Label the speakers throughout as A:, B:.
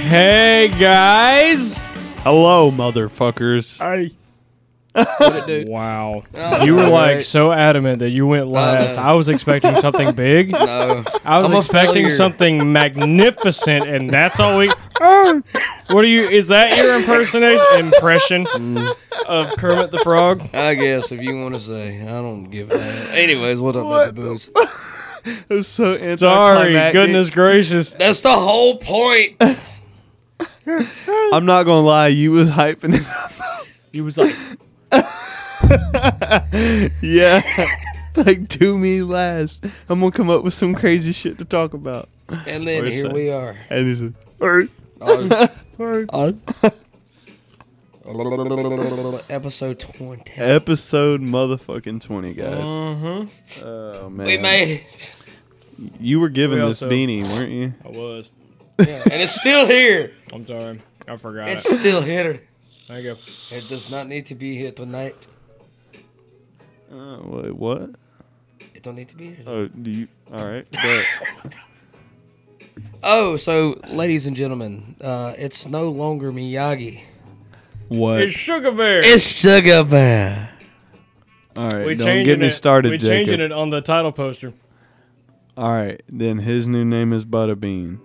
A: Hey guys!
B: Hello, motherfuckers.
A: I
C: What it do?
A: wow.
C: Oh,
A: You were
C: all
A: like
C: right.
A: so adamant that you went last.
C: no.
A: I was expecting something big.
C: no.
A: I was
C: I'm a
A: expecting
C: failure.
A: something magnificent, and that's all we. Oh, what are you? Is that your impersonation impression of Kermit the Frog?
C: I guess if you want to say, I don't give a damn. Anyways, what up,
B: What
C: with the booze?
B: It was so
A: Sorry,
B: anticlimactic.
A: goodness gracious.
C: That's the whole point.
B: I'm not gonna lie, you was hyping it. up.
A: He was like,
B: yeah, like do me last. I'm gonna come up with some crazy shit to talk about.
C: And then
A: Wait a
C: here
A: sec.
C: we are.
B: And he's like, all right.
C: Episode 20.
B: episode motherfucking twenty, guys.
A: mm-hmm.
B: Oh man,
C: We made
B: you were given
A: We
B: this
A: also-
B: beanie, weren't you?
A: I was.
C: it. Yeah, And it's still here.
A: I'm sorry. I forgot
C: It's
A: it.
C: still here.
A: There you go.
C: It does not need to be here tonight.
B: Uh, wait, what?
C: It don't need to be here.
B: Oh, do you? All right. But
C: Oh, so ladies and gentlemen, uh, it's no longer Miyagi.
B: what?
A: It's Sugar Bear.
C: It's Sugar Bear.
B: all right.
A: we
B: don't
A: changing
B: get me
A: it.
B: started,
A: we
B: Jacob.
A: changing it on the title poster.
B: All right. Then his new name is Butterbean,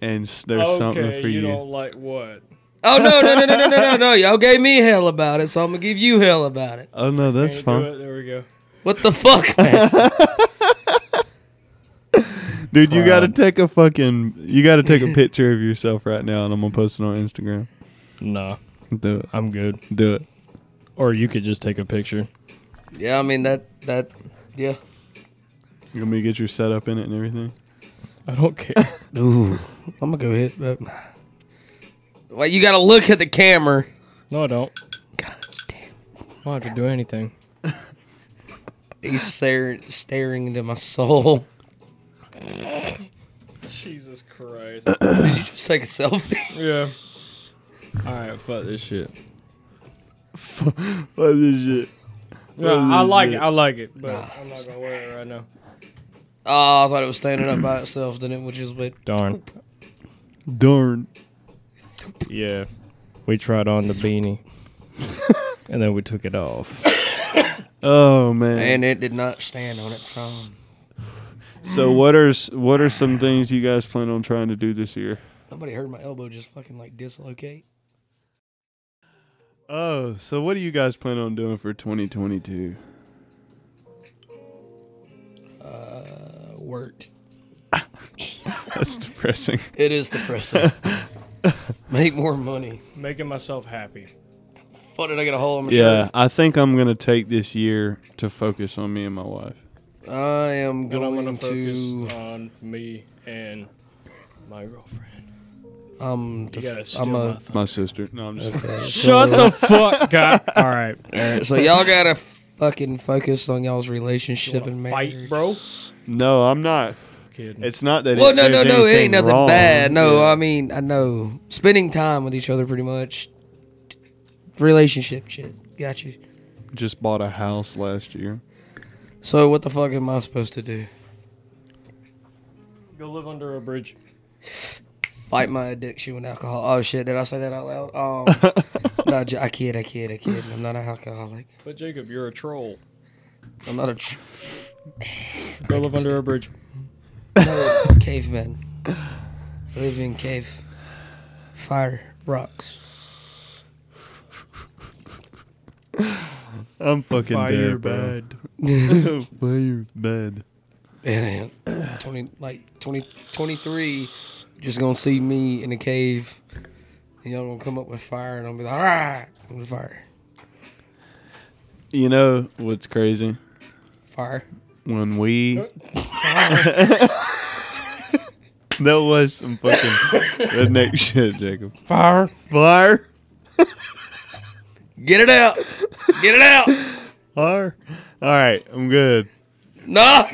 B: and s- there's something
A: okay,
B: for
A: you
B: you.
A: don't like what?
C: Oh no no no no no no no no! Y'all gave me hell about it, so I'm gonna give you hell about it.
B: Oh no, that's
A: Can't do
B: fine,
A: it. There we go.
C: What the fuck? Max?
B: dude. You gotta
A: Crap.
B: take a fucking. You gotta take a picture of yourself right now, and I'm gonna post it on Instagram.
A: Nah,
B: Do it.
A: I'm good.
B: Do it.
A: Or you could just take a picture.
C: yeah, I mean that that yeah.
B: You want me to get your setup in it and everything?
A: I don't care.
C: Ooh, I'm gonna go hit. That. Well, you gotta look at the camera.
A: no, I don't.
C: God damn!
A: I don't have to do anything.
C: He's staring staring into my soul.
A: Jesus Christ.
C: Did you just take a selfie?
A: yeah. All right, fuck this shit.
B: What is shit?
A: No, I like it. I like it, but
C: Nah.
A: I'm not gonna wear it right now.
C: Oh, I thought it was standing up by itself. Then it was just went.
A: Darn.
B: Darn.
A: Yeah. We tried on the beanie, and then we took it off.
B: Oh man.
C: And it did not stand on its own.
B: so what are s- what are some things you guys plan on trying to do this year?
C: Nobody heard my elbow just fucking like dislocate.
B: Oh, so what do you guys plan on doing for 2022?
C: Uh, work.
B: That's depressing.
C: It is depressing. Make more money.
A: Making myself happy.
C: What did I get a hole in my
B: Yeah, I think I'm gonna take this year to focus on me and my wife.
C: shirt? I
A: And
C: am
A: I'm
C: going
A: gonna
C: to.
A: focus on me and my girlfriend.
C: Um,
A: You gotta steal
C: I'm
A: my
C: a.
A: thunder.
B: My sister. No, I'm just.
A: Shut the fuck up. All right.
C: So y'all gotta fucking focus on y'all's relationship and marriage.
A: Fight, bro.
B: No, I'm not.
A: Kidding.
B: It's not that.
C: Well,
B: it,
C: no, no,
B: there's
C: no. It
B: anything
C: ain't nothing
B: wrong.
C: bad. No,
B: Yeah.
C: I mean, I know spending time with each other, pretty much. Relationship shit. Got you.
B: just bought a house last year.
C: So what the fuck am I supposed to do?
A: Go live under a bridge.
C: Fight my addiction with alcohol. Oh shit! Did I say that out loud? Um, no, j- I kid, I kid, I kid. I'm not an alcoholic.
A: But Jacob, you're a troll.
C: I'm not a tr-
A: Go live under a bridge.
C: no, caveman. Live in cave. Fire rocks.
B: I'm fucking
A: Fire
B: dead, bro.
A: bed.
B: Fire bed.
C: And twenty like 20, 23, just gonna see me in a cave, and y'all gonna come up with fire, and I'll be like, all right, I'm with fire,
B: You know what's crazy?
C: fire.
B: When we. that was some fucking redneck shit, Jacob.
A: Fire.
B: Fire.
C: Get it out, get it out.
B: Fire. All right, I'm good.
C: No. I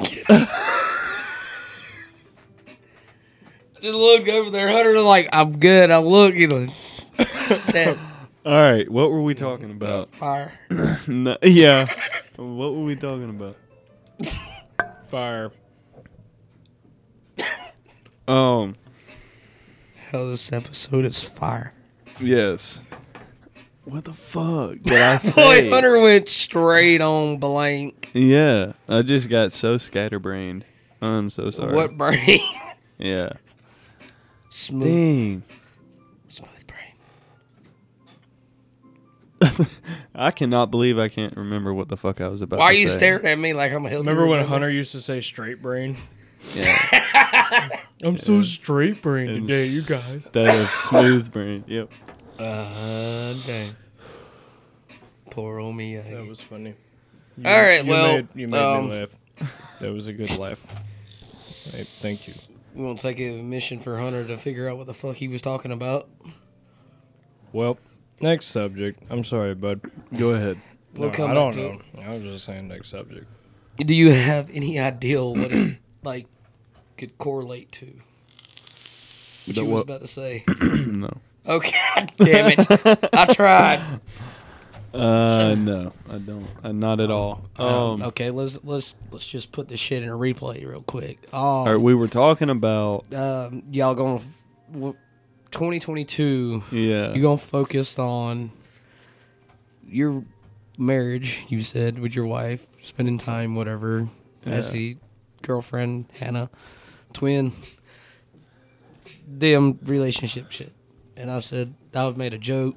C: just looked over there. Hunter was like, I'm good. I look. He's like, that
B: All right, what were we talking about?
C: fire.
B: No, yeah. What were we talking about?
A: Fire.
B: Um,
C: title of this episode is Fire.
B: Yes. What the fuck did I
C: Boy,
B: say?
C: Hunter went straight on blank.
B: yeah, I just got so scatterbrained. I'm so sorry.
C: What brain?
B: Yeah.
C: Smooth,
B: Dang.
C: smooth brain.
B: I cannot believe I can't remember what the fuck I was about.
C: Why are
B: to
C: you
B: say.
C: staring at me like I'm a Hitler?
A: Remember when Hunter used to say straight brain?
B: Yeah.
A: I'm so straight brain today, you guys.
B: Instead of smooth brain. Yep.
C: Uh, dang. Poor old me.
A: That was funny. You-
C: All right,
A: you
C: well,
A: made, you made
C: um,
A: me laugh. That was a good laugh. Hey, thank you.
C: we won't take a mission for Hunter to figure out what the fuck he was talking about.
A: Well, next subject. I'm sorry, bud.
B: Go ahead.
C: We'll
A: No,
C: come
A: I
C: back
A: don't
C: to
A: know. I was just saying next subject.
C: it. Do you have any idea what it like could correlate to? What
B: The
C: you was
B: what?
C: about to say.
B: no.
C: Okay, damn it. I tried.
B: Uh, no, I don't. Uh, not at all. Um,
C: okay, let's let's let's just put this shit in a replay real quick.
B: all right,
C: Oh,
B: we were talking about
C: um, y'all going to 2022
B: yeah.
C: you're gonna focus on your marriage you said with your wife spending time whatever as
B: Yeah.
C: a girlfriend hannah twin them relationship shit and i said i made a joke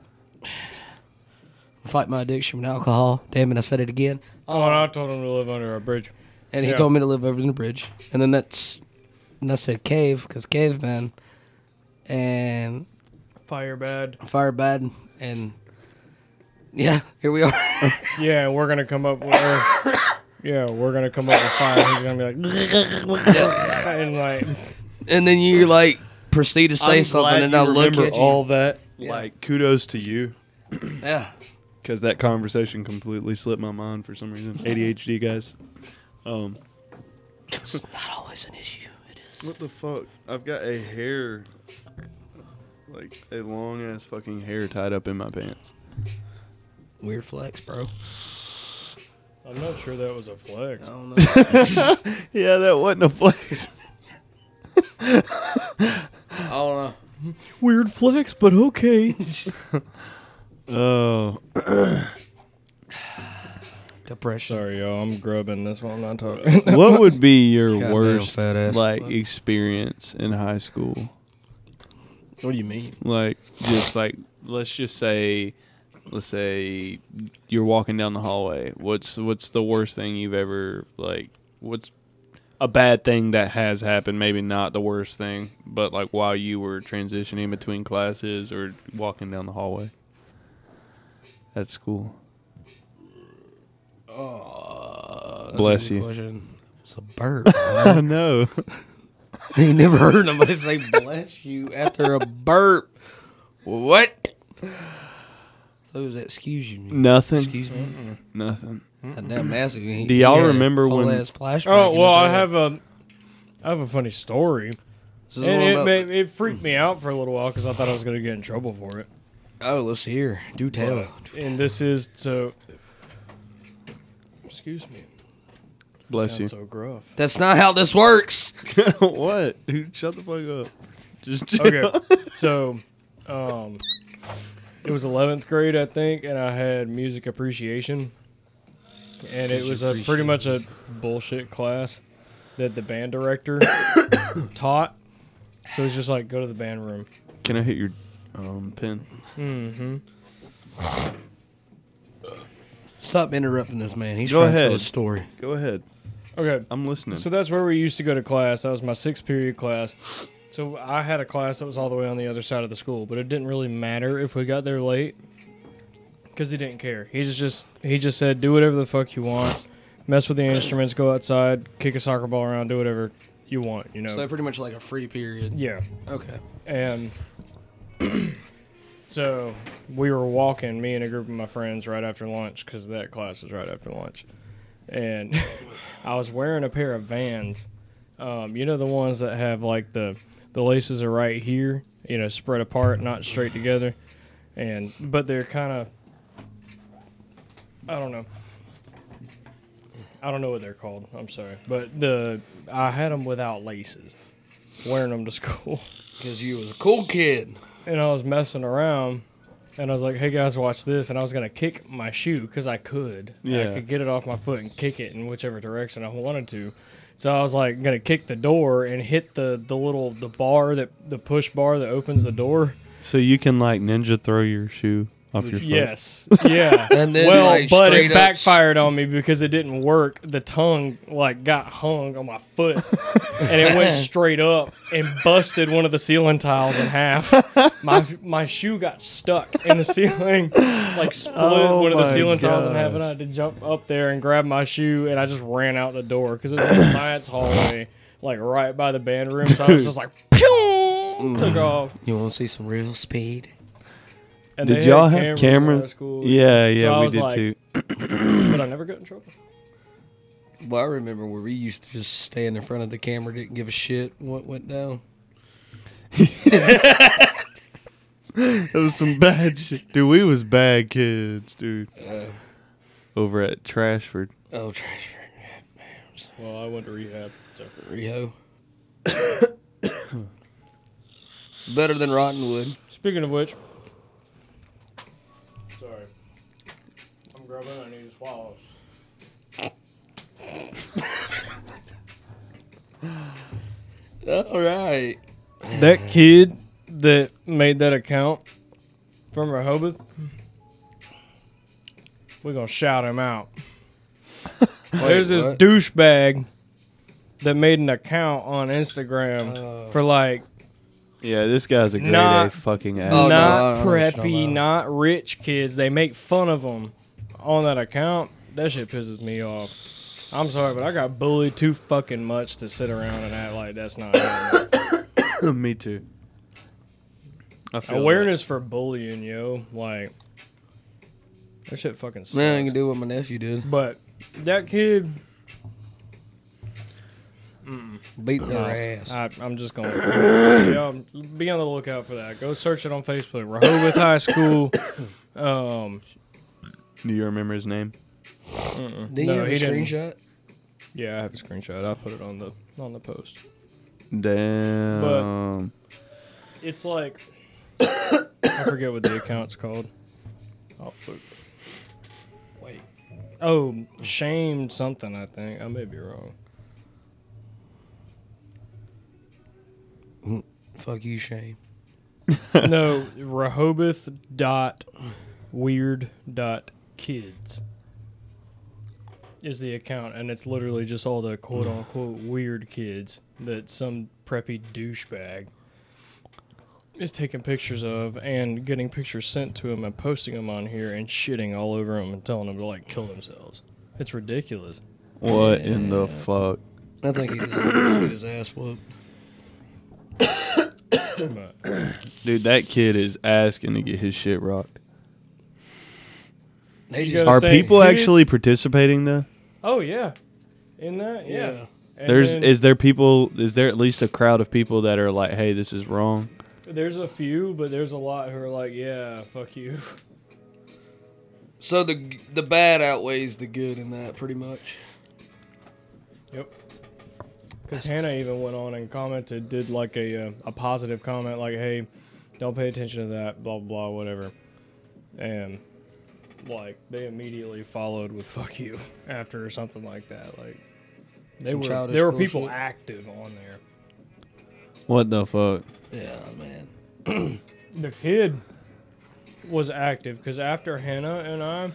C: fight my addiction with alcohol damn it i said it again
A: Oh, and I told him to live under a bridge.
C: and he
A: Yeah.
C: told me to live over the bridge. And then that's, and I said cave because caveman, and
A: Fire bad.
C: fire bad, and yeah, here we are.
A: Yeah, and we're gonna come up with. uh, yeah, we're gonna come up with fire. He's gonna be like, and like,
C: and then you like proceed to say something, and I look at you.
B: all that.
C: Yeah.
B: Like kudos to you,
C: yeah,
B: because that conversation completely slipped my mind for some reason. ADHD guys. Um,
C: not always an issue. It is.
B: what the fuck? I've got a hair, like a long ass fucking hair tied up in my pants.
C: Weird flex, bro.
A: I'm not sure that was a flex.
C: I don't know.
B: Yeah, that wasn't a flex.
C: I don't know.
A: Weird flex, but okay.
B: Oh,
C: Depression.
A: Sorry, y'all. I'm grubbing. That's why I'm not talking.
B: what would be your
C: Goddamn
B: worst
C: fat ass.
B: like experience in high school?
C: What do you mean?
B: Like just like let's just say let's say you're walking down the hallway. What's what's the worst thing you've ever like what's a bad thing that has happened, maybe not the worst thing, but like while you were transitioning between classes or walking down the hallway at school.
C: Uh, that's a
B: Bless
C: good
B: you.
C: question. It's a bird. bro.
B: I know.
C: You never heard nobody say bless you after a burp. What? So it was that excuse you. me.
B: Nothing.
C: Excuse me.
B: Nothing.
C: God damn massive. He-
B: Do y'all
C: he had a
B: remember
C: whole
B: when-
C: ass flashback
A: oh
C: in
A: well,
C: his
A: I
C: head.
A: have a, I have a funny story,
C: This is
A: and
C: one
A: it,
C: about-
A: ma- it freaked me out for a little while because I thought I was gonna get in trouble for it.
C: oh, let's hear. Do tell.
A: And this is so. Excuse me.
B: Bless you.
A: Sound So gruff.
C: That's not how this works.
B: what? Dude, shut the fuck up. Just
A: okay. So, um, it was 11th grade, I think, and I had music appreciation. And it was a pretty much a bullshit class that the band director taught. So it's just like go to the band room.
B: Can I hit your um, pin?
C: Stop interrupting this man. He's
B: Go
C: trying to
B: ahead.
C: tell a story.
B: Go ahead.
A: Okay.
B: I'm listening.
A: So that's where we used to go to class. That was my sixth period class. So I had a class that was all the way on the other side of the school, but it didn't really matter if we got there late because he didn't care. He just just he just said, "Do whatever the fuck you want, mess with the instruments, go outside, kick a soccer ball around, do whatever you want." You know?
C: So pretty much like a free period.
A: yeah.
C: Okay.
A: And so we were walking, me and a group of my friends, right after lunch because that class was right after lunch. And I was wearing a pair of Vans. Um, you know the ones that have like the the laces are right here, you know, spread apart, not straight together, and but they're kind of I don't know. I don't know what they're called. I'm sorry, but the I had them without laces, wearing them to school.
C: Because you was a cool kid.
A: and I was messing around, and I was like, "Hey guys, watch this!" And I was gonna kick my shoe because I could. I
B: Yeah.
A: could get it off my foot and kick it in whichever direction I wanted to. So I was like, gonna kick the door and hit the the little the bar that the push bar that opens the door.
B: So you can like ninja throw your shoe off your foot.
A: Yes, yeah.
C: And then,
A: well,
C: like,
A: but
C: straight
A: it
C: up-
A: backfired on me because it didn't work. The tongue like got hung on my foot, and it went straight up and busted one of the ceiling tiles in half. My my shoe got stuck in the ceiling, like split
B: Oh
A: one of the
B: my
A: ceiling tiles in half,
B: gosh.
A: and I had to jump up there and grab my shoe, and I just ran out the door because it was a science hallway, like right by the band room. So I was
B: Dude.
A: just like, pew, took off.
C: You want to see some real speed?
A: And
B: Did
A: they
B: y'all
A: had
B: have
A: cameras at our
B: cameras?
A: school.
B: Yeah,
A: So
B: yeah,
A: I
B: we
A: was
B: did
A: like-
B: too.
A: but I never got in trouble.
C: Well, I remember where we used to just stand in front of the camera, didn't give a shit what went down.
B: It was some bad shit, dude. We was bad kids, dude.
C: Uh,
B: Over at Trashford.
C: oh, trash.
A: Well, I went to rehab. So.
C: Rio. Better than Rottenwood.
A: Speaking of which, sorry, I'm grubbing. I need to swallow.
C: All right.
A: That kid that made that account from Rehoboth, we're gonna shout him out. There's this
C: what?
A: douchebag that made an account on Instagram
C: Oh.
A: for like
B: Yeah, this guy's a great
A: Nah.
B: A fucking ass.
C: Oh, no,
A: not
C: I don't know what you're talking
A: preppy,
C: about.
A: not rich kids. They make fun of them on that account. That shit pisses me off. I'm sorry, but I got bullied too fucking much to sit around and act like that's not happening.
B: Me too. I feel
A: awareness for bullying, yo. Like that shit fucking sucks.
C: Man, I can do what my nephew did.
A: But that kid,
C: Beat their
A: Uh,
C: ass.
A: I, I'm just gonna y'all be on the lookout for that. Go search it on Facebook. Rehoboth High School. Um,
B: that. Do you remember his name?
C: Didn't
A: no,
C: you have a
A: he didn't.
C: screenshot?
A: yeah, I have a screenshot. I put it on the on the post.
B: Damn.
A: It's like I forget what the account's called. I'll put-
C: Wait.
A: Oh, shamed something. I think I may be wrong.
C: Fuck you, Shane.
A: no, Rehoboth dot weird dot kids is the account, and it's literally just all the quote unquote weird kids that some preppy douchebag is taking pictures of and getting pictures sent to him and posting them on here and shitting all over them and telling them to like kill themselves. It's ridiculous.
B: What in the fuck?
C: I think he just get his ass whooped.
A: but
B: Dude, that kid is asking to get his shit rocked.
C: They
A: You
C: just
A: gotta
B: Are
A: think
B: people
A: kids-
B: actually participating though?
A: Oh yeah, in that yeah.
C: Yeah.
A: And
B: There's
A: then
B: is there people is there at least a crowd of people that are like, hey, this is wrong?
A: there's a few, but there's a lot who are like, yeah, fuck you.
C: So the the bad outweighs the good in that pretty much.
A: Yep. Because Hannah even went on and commented, did like a uh, a positive comment, like, "Hey, don't pay attention to that, blah blah, blah whatever," and like they immediately followed with "fuck you" after or something like that. Like they
C: Some
A: were
C: childish
A: there were people
C: bullshit.
A: active on there.
B: What the fuck?
C: Yeah, man.
A: the kid was active because after Hannah and I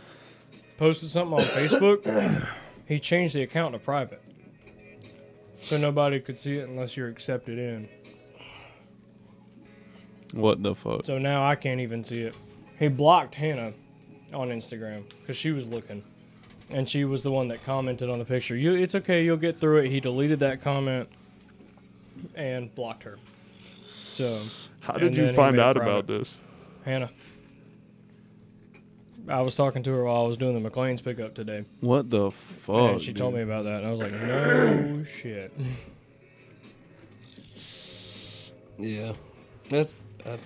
A: posted something on Facebook, he changed the account to private. So nobody could see it unless you're accepted in.
B: What the fuck?
A: So now I can't even see it. He blocked Hannah on Instagram because she was looking. And she was the one that commented on the picture. You, it's okay, you'll get through it. He deleted that comment and blocked her. So
B: How
A: did and you then he find made a out about private.
B: this?
A: Hannah. I was talking to her while I was doing the McLean's pickup today,
B: What the fuck?
A: and she told me about that, and I was like, "No shit."
C: Yeah. That's uh,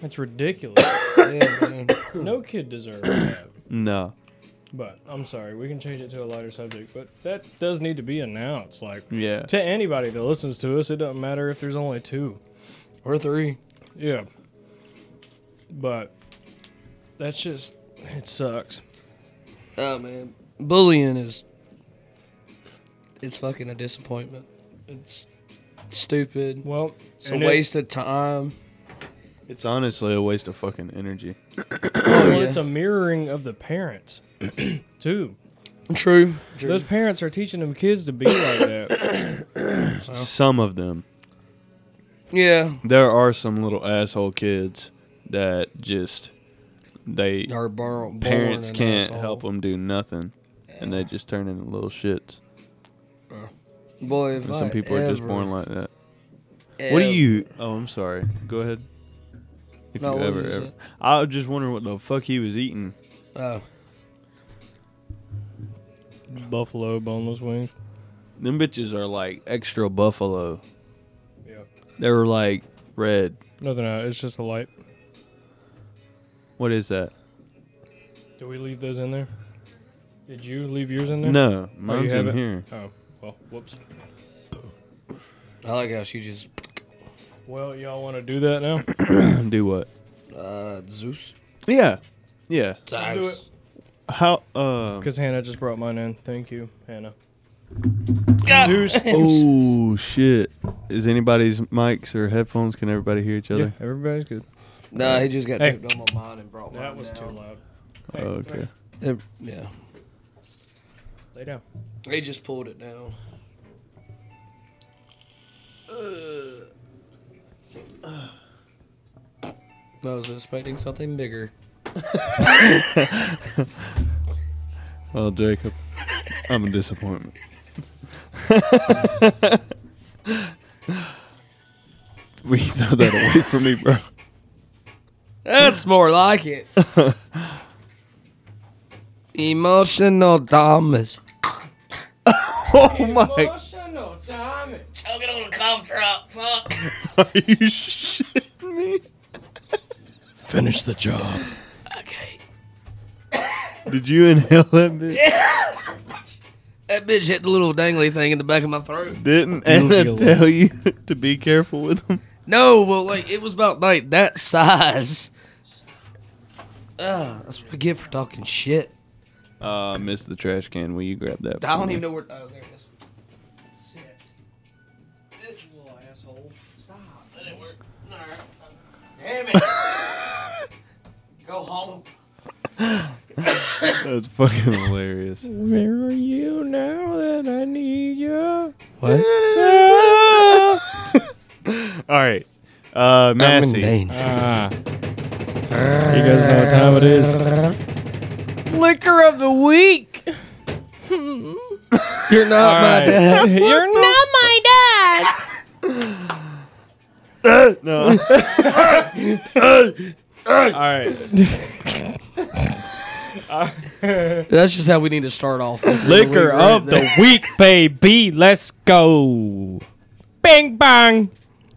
A: That's ridiculous.
C: yeah, man.
A: no kid deserves that.
B: No.
A: But I'm sorry, we can change it to a lighter subject. But that does need to be announced. Like
B: Yeah.
A: to anybody that listens to us, it doesn't matter if there's only two.
C: or three.
A: Yeah. But that's just it sucks.
C: Oh man, bullying is it's fucking a disappointment. It's stupid.
A: Well,
C: It's a
A: and it-
C: waste of time.
B: It's honestly a waste of fucking energy.
A: well,
C: yeah.
A: it's a mirroring of the parents too.
C: True. True.
A: Those parents are teaching them kids to be like that.
B: Some of them.
C: yeah.
B: There are some little asshole kids that just they
C: Our bar- born
B: parents
C: an
B: can't
C: asshole.
B: help them do nothing, and they just turn into little shits.
C: Boy, if
B: And
C: I
B: some people are just
C: ever-
B: born like that. What do
C: ever-
B: you? Oh, I'm sorry. Go ahead. If
C: No,
B: you
C: what
B: ever,
C: was
B: ever.
C: it?
B: I was just wondering what the fuck he was eating.
C: Oh,
A: Buffalo boneless wings.
B: Them bitches are like extra buffalo.
A: Yeah.
B: They were like red.
A: Nothing. out. It's just a light.
B: What is that?
A: Did we leave those in there? Did you leave yours in there?
B: No, mine's in
A: have it?
B: here.
A: Oh well. Whoops.
C: I like how she just
A: Well, y'all want to do that now?
B: do what?
C: uh, Zeus.
B: Yeah, yeah.
A: do it.
C: Zeus.
B: How? Uh,
A: Because Hannah just brought mine in. Thank you, Hannah.
C: God.
B: oh shit! Is anybody's mics or headphones? Can everybody hear each
A: Yeah,
B: other?
A: everybody's good.
C: Nah, he just got
A: Hey.
C: tipped on my mind and brought
A: That
C: mine
A: was too
C: down.
A: loud.
B: Oh, okay.
C: It- yeah.
A: Lay down.
C: They just pulled it down. Uh. I was expecting something bigger.
B: Well, Jacob, I'm a disappointment. we throw that away from me, bro.
C: That's more like it. Emotional damage.
B: Oh my!
C: Choking on a cough drop. Fuck.
B: Are you shitting me?
A: Finish the job.
C: Okay.
B: Did you inhale that bitch?
C: That bitch hit the little dangly thing in the back of my throat.
B: Didn't
A: You'll
B: Anna
A: feel it.
B: tell you to be careful with them?
C: No, well, like it was about like that size. Ugh, that's what I get for talking shit.
B: Uh, missed the trash can. Will you grab that?
C: I
B: for
C: don't
B: me?
C: even know where. Oh, there it is. Shit. Stop. That didn't work. All right. Damn it. Go home.
B: That's fucking hilarious.
A: Where are you now that I need you?
C: What?
B: All right, uh, Massey.
A: Ah. You guys know what time it is. Liquor of the week.
C: You're not my dad.
A: You're not my dad.
B: No.
A: All right.
C: That's just how we need to start off.
A: Liquor of the week, baby. Let's go. Bing bang.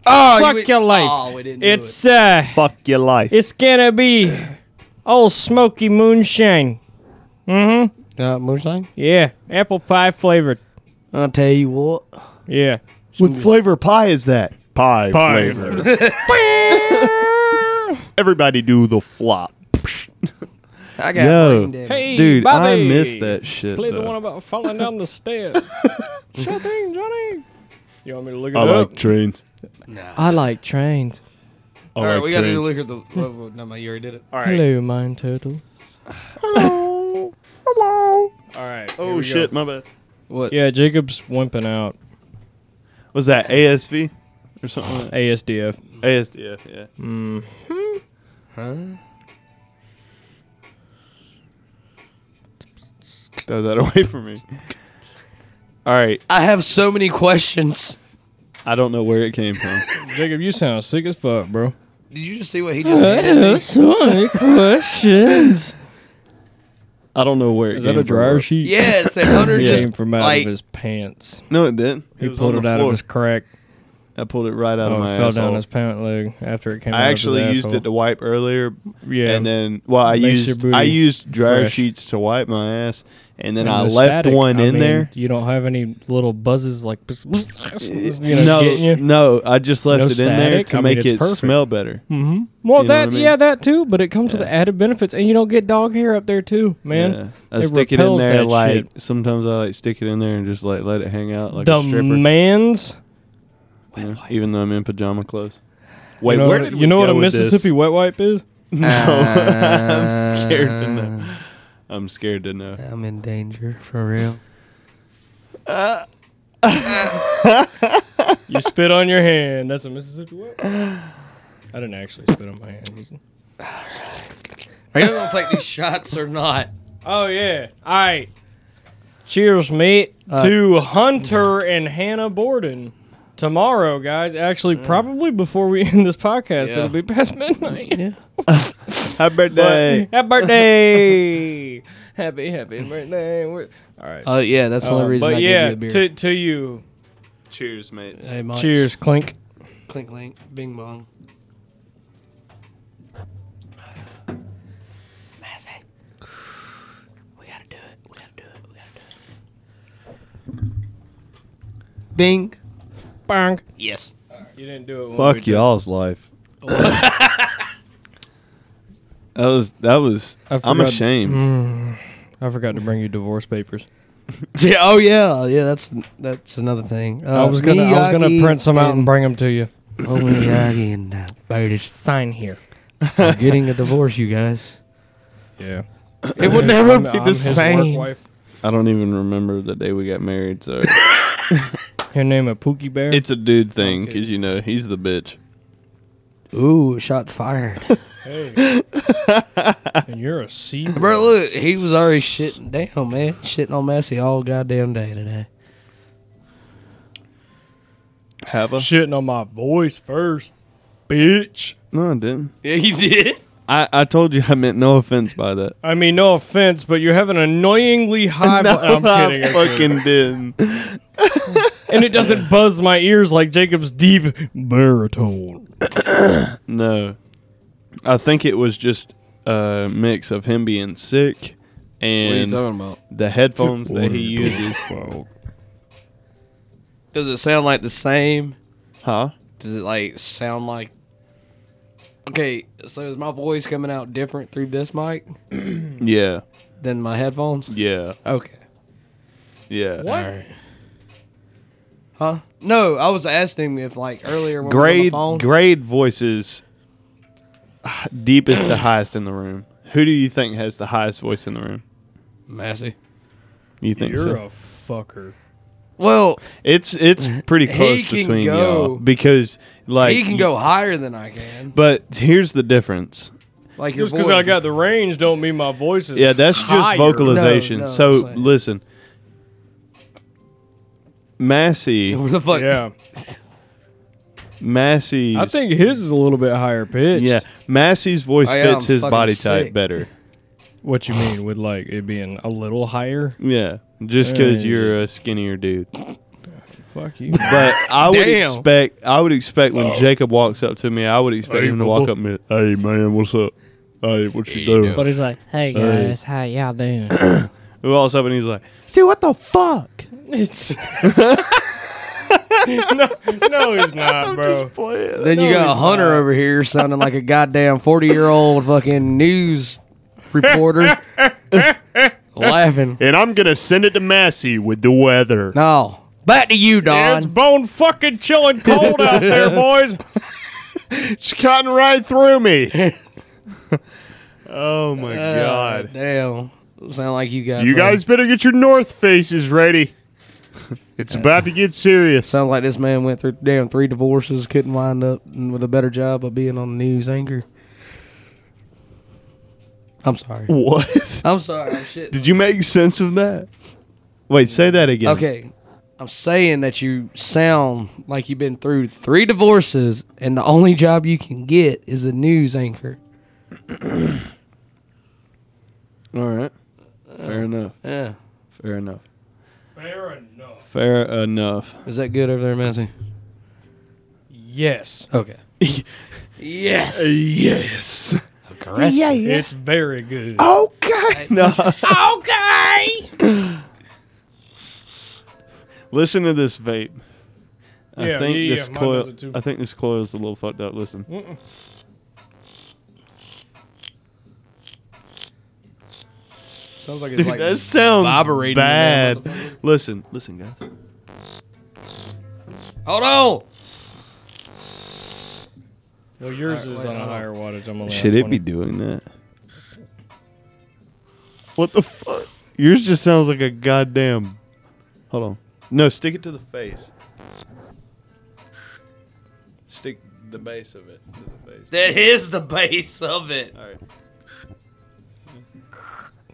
C: oh,
A: fuck your life.
C: Oh, we didn't do
A: It's uh
B: Fuck your life.
A: it's gonna be old smoky moonshine. Mm-hmm.
C: it. Uh, Moonshine.
A: Yeah. Apple pie flavored.
C: I'll tell you what.
A: Yeah.
B: What flavor pie is that? Pie, flavor. Everybody do the flop.
C: I got
B: Yo.
C: brain damage.
A: Hey,
B: Dude,
A: Bobby.
B: I missed that shit.
A: Play the
B: though.
A: one about falling down the stairs. sure thing, Johnny. You want me to look it
B: I
A: up?
B: like trains.
A: I like trains.
B: I
C: All right,
B: like
C: we gotta
B: trains.
C: do liquor of the. Whoa, whoa, no, my, you already did it.
B: All right.
A: Hello, mine turtle. Hello.
B: Hello.
A: All right. here we
B: Oh
A: go.
B: shit, my bad.
C: What?
A: Yeah, Jacob's wimping out.
B: Was that ASV or something? Like that?
A: ASDF.
B: ASDF. Yeah.
C: Huh?
B: Throw that away from me. All right.
C: I have so many questions.
B: I don't know where it came from.
A: Jacob, you sound sick as fuck, bro.
C: Did you just see what he just handed me?
A: so many questions.
B: I don't know where it
A: Is
B: came
A: that a dryer
B: from.
A: sheet?
C: Yes, and Hunter
A: It
C: just
A: came from out
C: like
A: of his pants.
B: No, it didn't.
A: He pulled it out of his crack.
B: I pulled it right out of
A: oh,
B: my
A: it fell
B: asshole.
A: down his pant leg after it came. out
B: I
A: of his
B: actually used
A: asshole.
B: it to wipe earlier,
A: Yeah,
B: and then well, I
A: Makes your
B: used
A: booty
B: I used dryer
A: fresh.
B: sheets to wipe my ass, and then
A: And
B: I
A: the
B: left
A: static,
B: one
A: I
B: in
A: mean,
B: there. Eh,
A: You don't have any little buzzes like. You know, getting
B: no,
A: you.
B: no, I just left
A: No
B: it in there
A: static?
B: to
A: I mean,
B: make
A: it's
B: it
A: perfect.
B: smell better.
A: hmm Well, that
B: You know what I mean?
A: yeah, that too. But it comes with added benefits, and you don't get dog hair up there too, man.
B: Yeah. I
A: it
B: stick it in
A: repels
B: there
A: that
B: like sometimes I like stick it in there and just like let it hang out like a
A: the
B: stripper,
A: man's.
B: you know, even though I'm in pajama clothes. Wait,
A: you know,
B: where
A: what-
B: did
A: you
B: we
A: know
B: go
A: what a
B: with this?
A: Mississippi wet wipe is?
B: No, I'm scared to know.
A: Uh,
B: I'm scared to know.
C: Ah, I'm in danger for real.
A: You spit on your hand. That's a Mississippi wet. wipe. I didn't actually spit on my hand.
C: Are you gonna take these shots or not?
A: Oh yeah. All right. Cheers, mate,
C: Uh,
A: to Hunter and Hannah Borden. Tomorrow, guys. Actually, probably before we end this podcast,
C: Mm. Yeah.
A: it'll be past midnight. Yeah.
B: Happy birthday!
A: happy birthday! happy, happy birthday! We're, all right.
C: Oh yeah, that's the
A: Uh,
C: only reason
A: but
C: I
A: yeah,
C: gave you the beer.
A: to to you.
B: Cheers, mates.
C: hey, Mike.
A: Cheers, Clink.
C: Clink, clink. Bing bong. We gotta do it. We gotta do it. We gotta do it. Bing.
A: Bang.
C: Yes.
A: You didn't do it. when we
B: Fuck
A: did-
B: y'all's life. that was that was.
A: I
B: I'm
A: forgot-
B: ashamed.
A: Mm, I forgot to bring you divorce papers.
C: Yeah. Oh yeah. Yeah. That's that's another thing. Uh,
A: I was gonna I was gonna print some out and bring them to you.
C: Omiyagi and uh, British.
A: Sign here.
C: I'm getting a divorce, you guys.
A: Yeah.
C: It would never
A: I'm-
C: be
A: I'm
C: the
A: his work
C: same.
A: wife.
B: I don't even remember the day we got married. So
A: Her name a Pookie Bear.
B: it's a dude thing,
A: Okay.
B: cause you know he's the bitch.
C: Ooh, shots fired.
A: hey. and you're a C.
C: Bro, look, he was already shitting down, man. Shitting on Massey all goddamn day today.
B: Have a?
A: Shitting on my voice first, bitch.
B: No, I didn't.
C: Yeah, you did.
B: I I told you I meant no offense by that.
A: I mean, no offense, but you have an annoyingly high.
B: no,
A: vo- I'm kidding.
B: I
A: I'm kidding.
B: fucking didn't.
A: and it doesn't buzz my ears like Jacob's deep baritone.
B: No, I think it was just a mix of him being sick and
C: about?
B: the headphones that he uses.
C: Does it sound like the same?
B: Huh?
A: Hmm.
C: Does it like sound like? Okay, so is my voice coming out different through this mic
B: Yeah.
C: than my headphones?
B: Yeah.
C: Okay.
B: Yeah.
A: What?
C: Huh? No, I was asking if like earlier when we
B: grade
C: were on the phone.
B: grade voices h- deepest to highest in the room. Who do you think has the highest voice in the room?
C: Massey.
B: You think
A: You're
B: so?
A: a fucker.
C: Well,
B: It's it's pretty
C: He
B: close
C: can
B: between
C: go-
B: y'all because like
C: he can go higher than I can.
B: But here's the difference.
C: Like your
A: Just because
C: voice.
A: I got the range, don't mean my voice is.
B: Yeah, that's just
A: higher.
B: vocalization.
C: No, no,
B: so
C: I'm saying-
B: listen, Massey,
C: What the fuck?
A: Yeah,
B: Massey's
A: I think his is a little bit higher pitched.
B: yeah, Massey's voice
C: Oh, yeah,
B: fits
C: I'm
B: his
C: fucking
B: body
C: sick.
B: type better.
A: What you mean with like it being a little higher?
B: Yeah, just because
A: Hey.
B: you're a skinnier dude.
A: Fuck you.
B: But I would
C: Damn.
B: expect I would expect when Jacob walks up to me, I would expect him to walk up and be, Oh. Hey man, what's up? Hey, what you doing?
A: But he's like, hey guys, how y'all doing?
B: We walks up and he's like, Dude, what the fuck?
A: It's no, no, he's not, bro.
C: Then you
A: No,
C: got
A: he's
C: Hunter
A: not.
C: over here sounding like a goddamn 40 year old fucking news reporter laughing.
B: And I'm gonna send it to Massey with the weather.
C: No. Back to you,
A: It's
C: Don.
A: bone fucking chilling cold out there, boys.
B: It's cutting right through me. oh my
C: Uh, damn. Sound like you guys.
B: better get your North Faces ready.
C: Uh,
B: It's about to get serious.
C: Sound like this man went through damn three divorces, couldn't wind up with a better job of being on the news anchor. I'm sorry.
B: What?
C: I'm sorry. I'm shit.
B: Did you make sense of that? Wait, say that again.
C: Okay. I'm saying that you sound like you've been through three divorces and the only job you can get is a news anchor.
B: All right.
C: Uh,
B: Fair enough.
C: Yeah.
B: Fair enough.
A: Fair enough.
B: Fair enough.
C: Is that good over there, Massey?
A: Yes.
C: Okay. yes.
B: Yes.
C: Aggressive.
A: It's very good.
B: Oh. Okay. No.
C: Okay.
B: Listen to this vape. I
A: Yeah,
B: think
A: yeah, yeah,
B: this
A: mine does
B: coil.
A: it too.
B: I think this coil is a little fucked up. Listen.
C: Sounds like it's like
B: that sounds
C: vibrating in that
B: bad. Listen, listen, guys.
C: Hold on.
A: Well, yours
C: Alright,
A: is
C: wait,
A: on a
C: hold on.
A: higher wattage. I'm only
B: Should
A: on
B: it
A: 20.
B: be doing that? What the fuck? Yours just sounds like a goddamn. Hold on. No, stick it to the face. Stick the base of it to the face.
C: That is the base of it.
B: All right.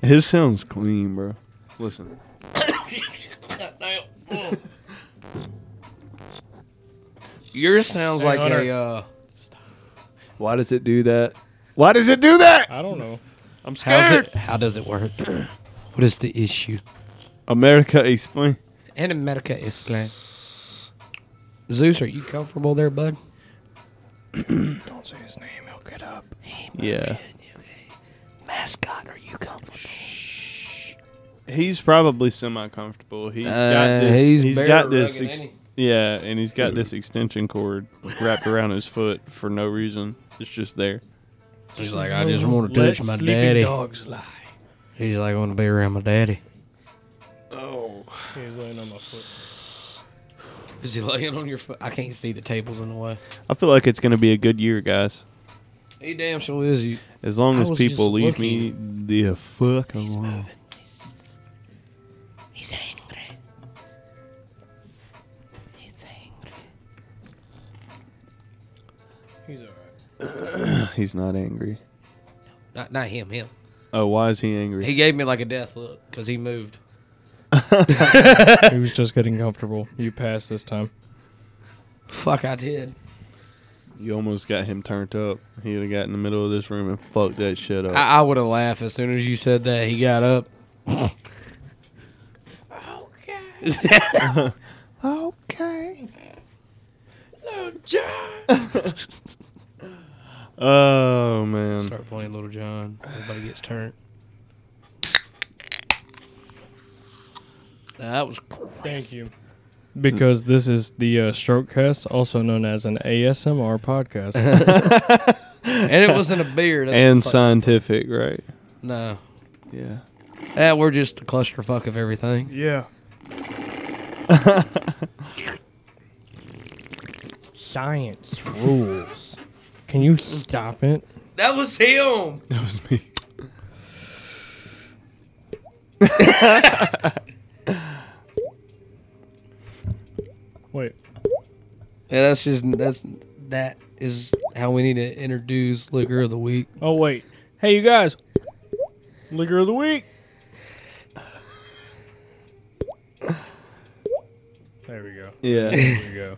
B: His sounds clean, bro. Listen.
C: Yours sounds
A: Hey,
C: like
A: Hunter.
C: a uh,
B: Why does it do that? Why does it do that?
A: I don't know.
B: I'm
C: how's
B: scared.
C: it, how does it work? what is the issue?
B: America, explain.
C: And America is playing. Zeus, are you comfortable there, bud?
A: Don't say his name. He'll get up.
B: Yeah.
C: Mascot, are you comfortable?
B: He's probably semi comfortable. He's
C: Uh,
B: got this.
C: he's
B: he's
C: bare
B: got this.
C: rugged,
B: ex-
C: ain't
B: yeah, and he's got this extension cord wrapped around his foot for no reason. It's just there.
C: He's like, I just want to
A: Let
C: touch my
A: sleeping
C: daddy.
A: dogs lie.
C: He's like, I want to be around my daddy.
B: Oh,
A: He was laying on my foot.
C: Is he laying on your foot? I can't see the tables in the way.
B: I feel like it's gonna be a good year, guys.
C: He damn sure is. You.
B: As long
C: I
B: as
C: was
B: people
C: just
B: leave me the fuck alone.
C: He's, he's angry. He's angry.
A: He's all right.
B: He's not angry.
C: Not, not him, him.
B: Oh, why is he angry?
C: He gave me like a death look because he moved.
A: he was just getting comfortable. You passed this time.
C: Fuck, I did.
B: you almost got him turned up. He would have got in the middle of this room and fucked that shit up.
C: I, I would have laughed as soon as you said that. He got up. okay.
B: okay. Oh man.
C: Start playing Little John. Everybody gets turned. That was
A: Thank you. Because this is the uh, Stroke Cast, also known as an ASMR podcast.
C: and it wasn't a beer. That's
B: and
C: the fuck-
B: scientific, right?
C: no,
B: Yeah.
C: yeah, we're just a clusterfuck of everything.
A: yeah. Science rules. Can you stop it?
C: That was him.
B: That was me.
A: Wait.
C: Yeah, that's just that's that is how we need to introduce liquor of the week.
A: Oh, wait. Hey, you guys. Liquor of the week. There we go.
B: Yeah.
A: There we go.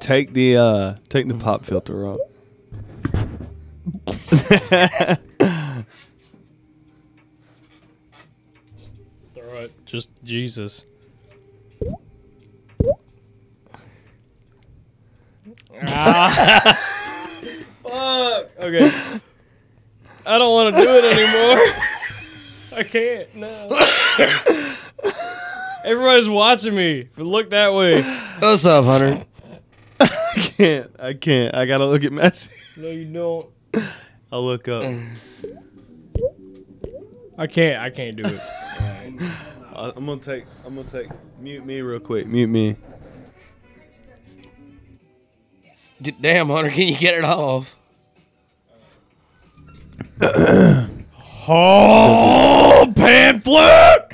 B: take the uh take the pop filter off.
A: Throw it. Just Jesus. Fuck. Okay. I don't want to do it anymore. I can't. No. Everybody's watching me. If it looked that way.
C: What's up, Hunter?
B: I can't. I can't. I gotta look at Messi.
A: No, you don't.
B: I'll look up.
A: I can't. I can't do it.
B: I- I'm gonna take. I'm gonna take. Mute me real quick. Mute me.
C: D- damn, Hunter, can you get it off?
A: Oh, pamphlet!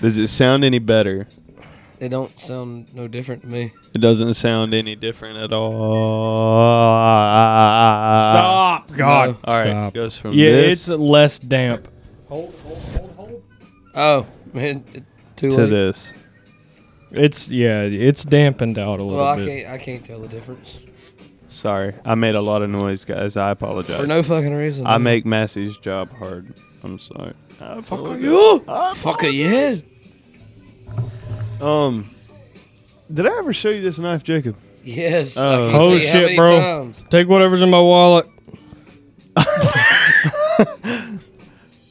B: Does it sound any better?
C: They don't sound no different to me.
B: It doesn't sound any different at all.
A: Stop, God.
C: No.
B: All right.
A: Uh, Stop.
B: Goes from
A: Yeah,
B: this
A: it's less damp.
C: Oh man, it- too
B: to
C: late.
B: this.
A: It's yeah, it's dampened out a little
C: well, I
A: bit.
C: can't. I can't tell the difference
B: Sorry, I made a lot of noise, guys. I apologize.
C: for no fucking reason.
B: I make Massey's job hard. I'm sorry. I
C: Fuck
B: apologize.
C: you. Fuck you.
D: Um, did I ever show you this knife, Jacob?
C: Yes.
D: Oh.
C: I can't tell
A: Oh,
C: you how
A: shit,
C: many
A: bro.
C: times.
A: Take whatever's in my wallet.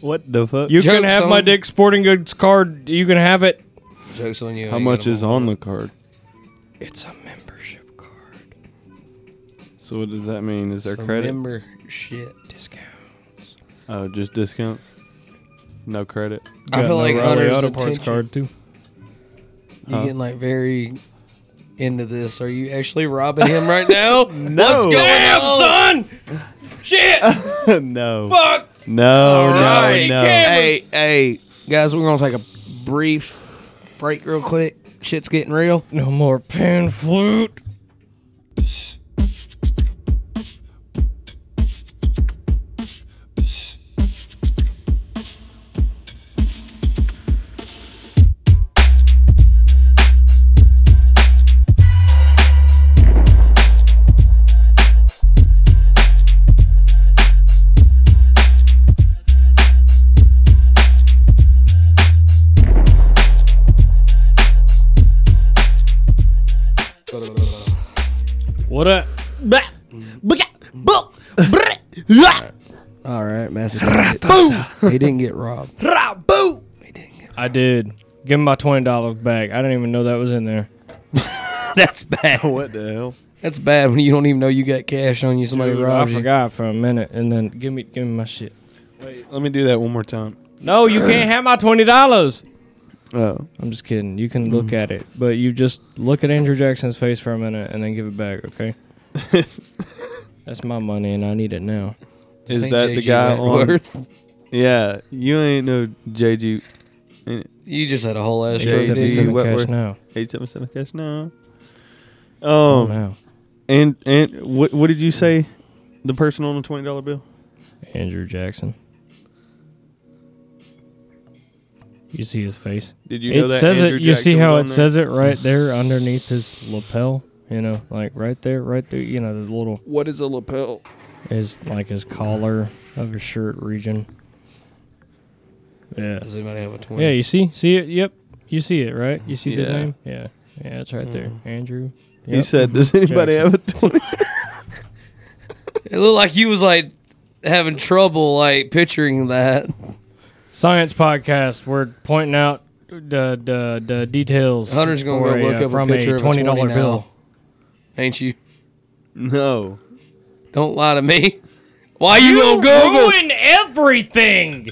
D: What the fuck?
A: You can
C: Joke's
A: have my
C: on-
A: Dick Sporting Goods card. You can have it.
C: Jokes on you. I
B: How
C: ain't
B: much
C: got 'em
B: is on the card?
A: It's a membership card.
B: So what does that mean? Is there
C: So
B: credit?
C: Remember shit.
A: Discount.
B: oh, just discount. No credit.
C: I feel like Hunter's attention.
A: too.
C: You
B: Huh?
C: getting like very into this? Are you actually robbing him right now? no. What's going
A: Damn,
C: on?
A: son! Shit!
D: no.
A: Fuck!
D: No, no,
C: right,
D: no.
A: Cam.
C: Hey, hey, guys, we're gonna take a brief break real quick. Shit's getting real.
A: No more pan flute. What up?
C: All right, Massive. Boom! He didn't get robbed.
A: I did. Give him my twenty dollars back. I didn't even know that was in there.
C: That's bad.
D: What the hell?
C: That's bad when you don't even know you got cash on you. Somebody
A: Dude, I
C: robbed you.
A: forgot for a minute, and then give me give me my shit.
B: Wait, let me do that one more time.
A: No, you can't have my twenty dollars.
B: Oh,
A: I'm just kidding. You can look at it, but you just look at Andrew Jackson's face for a minute and then give it back. Okay,
B: is
A: that's my money, and I need it now.
B: is
C: Saint
B: that the
C: J.G.
B: guy on?
C: Wentworth.
B: Yeah, you ain't no JG
C: You just had a whole ass
B: Yeah,
C: great
B: he
A: Except
B: did.
A: it's
C: day.
A: in the cash
B: Wentworth.
A: now.
B: eight seven seven cash now.
A: Oh,
B: Um,
A: now.
B: and and what what did you say? The person on the twenty dollar bill.
A: Andrew Jackson. You see his face.
B: Did you
A: it
B: know that
A: says
B: Andrew
A: it. You see
B: Jackson
A: how it
B: was on there?
A: says it right there underneath his lapel. You know, like right there, right there. You know, the little
B: What is a lapel?
A: is like his collar of his shirt region. Yeah.
C: Does anybody have a twenty?
A: Yeah. You see? See it? Yep. You see it, right? You see his
B: Yeah. Mm-hmm.
A: name? Yeah. Yeah. It's right there, Andrew.
B: He
A: Yep.
B: said, "Does anybody
A: Jackson.
B: have a twenty?
C: It looked like you was like having trouble like picturing that.
A: Science podcast. We're pointing out the the, the details.
C: Hunter's gonna
A: for
C: go look
A: uh,
C: up
A: from
C: a picture of a
A: twenty
C: twenty
A: dollar bill.
C: Ain't you?
B: No.
C: Don't lie to me. Why you, on Google?
A: ruined everything.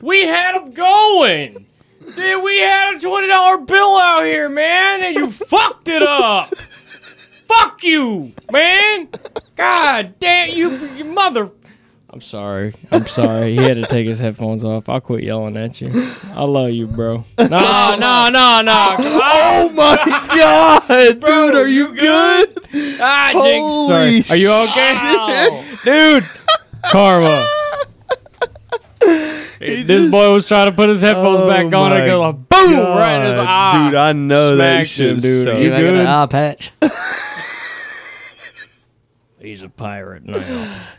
A: We had him going. Then we had a twenty dollar bill out here, man, and you fucked it up. Fuck you, man. God damn you, you mother. I'm sorry. I'm sorry. He had to take his headphones off. I'll quit yelling at you. I love you, bro. No, no, no, no.
D: Oh my god, dude, are you good?
A: Ah,
D: Holy
A: Jinx. Sorry. Are you okay? Dude. Karma. this
D: just-
A: boy was trying to put his headphones
D: Oh
A: back on
D: my
A: and go like, boom right in his
D: God,
A: eye.
D: Dude, I know that
A: Smacked
D: shit,
A: him, dude.
D: dude.
A: You
C: I got
A: good?
C: an eye patch.
A: He's a pirate now.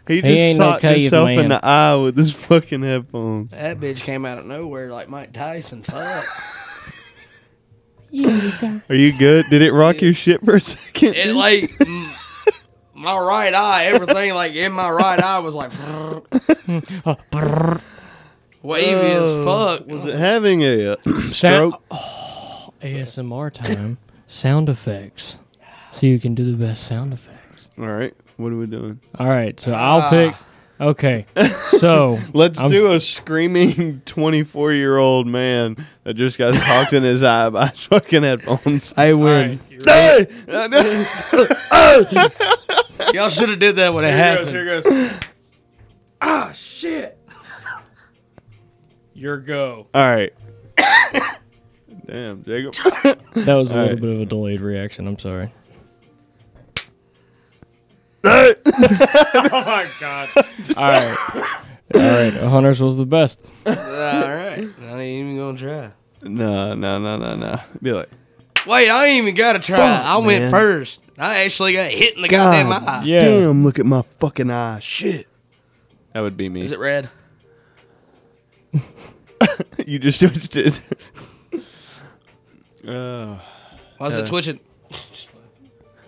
D: He just
A: ain't no
D: socked
A: cave
D: himself in
A: man.
D: the eye with his fucking headphones.
C: That bitch came out of nowhere like Mike Tyson. Fuck.
D: Are you good? Did it rock your shit for a second?
C: it like m- my right eye, everything like in my right eye was like wavy as fuck.
D: Was it having a uh, stroke?
A: ASMR time. sound effects. So you can do the best sound effects.
B: All right. What are we doing?
A: All right, so I'll pick. Okay, so
D: Let's
A: I'm-
D: do a screaming 24 year old man that just got socked in his eye by his fucking headphones.
C: I
A: all
C: win.
A: right, you ready?
C: Y'all should have did that when it happened.
A: goes. Here goes. ah, shit. Your go.
D: All right. Damn, Jacob.
A: That was a little
D: right.
A: bit of a delayed reaction. I'm sorry. oh my god. All right. All right. Hunter's was the best.
C: All right, I ain't even gonna try.
B: No, no, no, no, no. Be like,
C: Wait, I ain't even gotta try. I went
D: man.
C: first. I actually got hit in the goddamn eye.
A: Yeah.
D: Damn, look at my fucking eye. Shit.
B: that would be me.
C: Is it red?
D: You just switched it.
E: Uh,
C: Why is
E: Uh,
C: it twitching?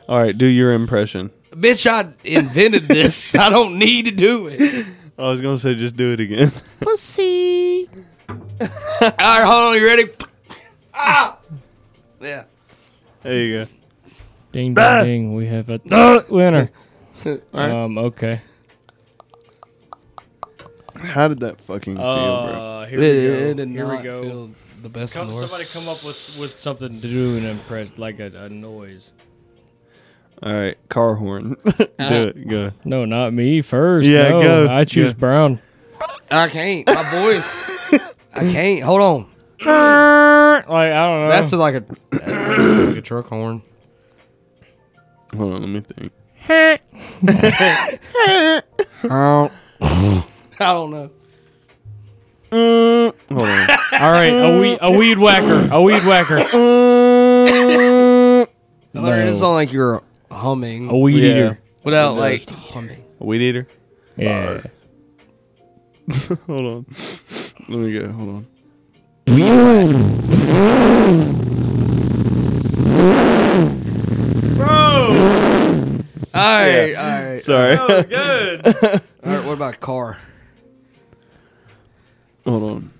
E: all right, do your impression.
C: Bitch, I invented this. I don't need to do it.
E: I was gonna say just do it again.
C: Pussy. All right, hold on. You ready? Ah. Yeah.
E: there you go.
A: Ding ding ding. We have a winner.
C: right.
A: Um. Okay.
B: How did that fucking feel, bro?
A: Uh, here we
C: It-
A: go.
C: it did
A: here
C: not
A: we go.
C: feel the best in
A: Come,
C: the world.
A: somebody come up with, with something to do and impress, like a, a noise.
B: All right, car horn. do
E: Ah.
B: it. Go.
A: No, not me first.
B: Yeah,
A: no,
B: go,
A: I choose
B: go.
A: brown.
C: I can't. My voice. I can't. Hold on.
A: Like I don't know.
C: That's a, like a that's like a truck horn.
B: Hold on, let me think.
C: I don't know.
B: Hold on.
A: all right. A weed, a weed whacker. A weed whacker.
C: Larry, It doesn't sound like you're humming
A: A weed
B: Yeah.
A: eater.
C: without like humming.
B: A weed eater.
A: Yeah.
B: Hold on. Let me go. Hold on.
C: All right, all right.
B: Sorry.
A: good.
C: All right, what about car?
B: Hold on.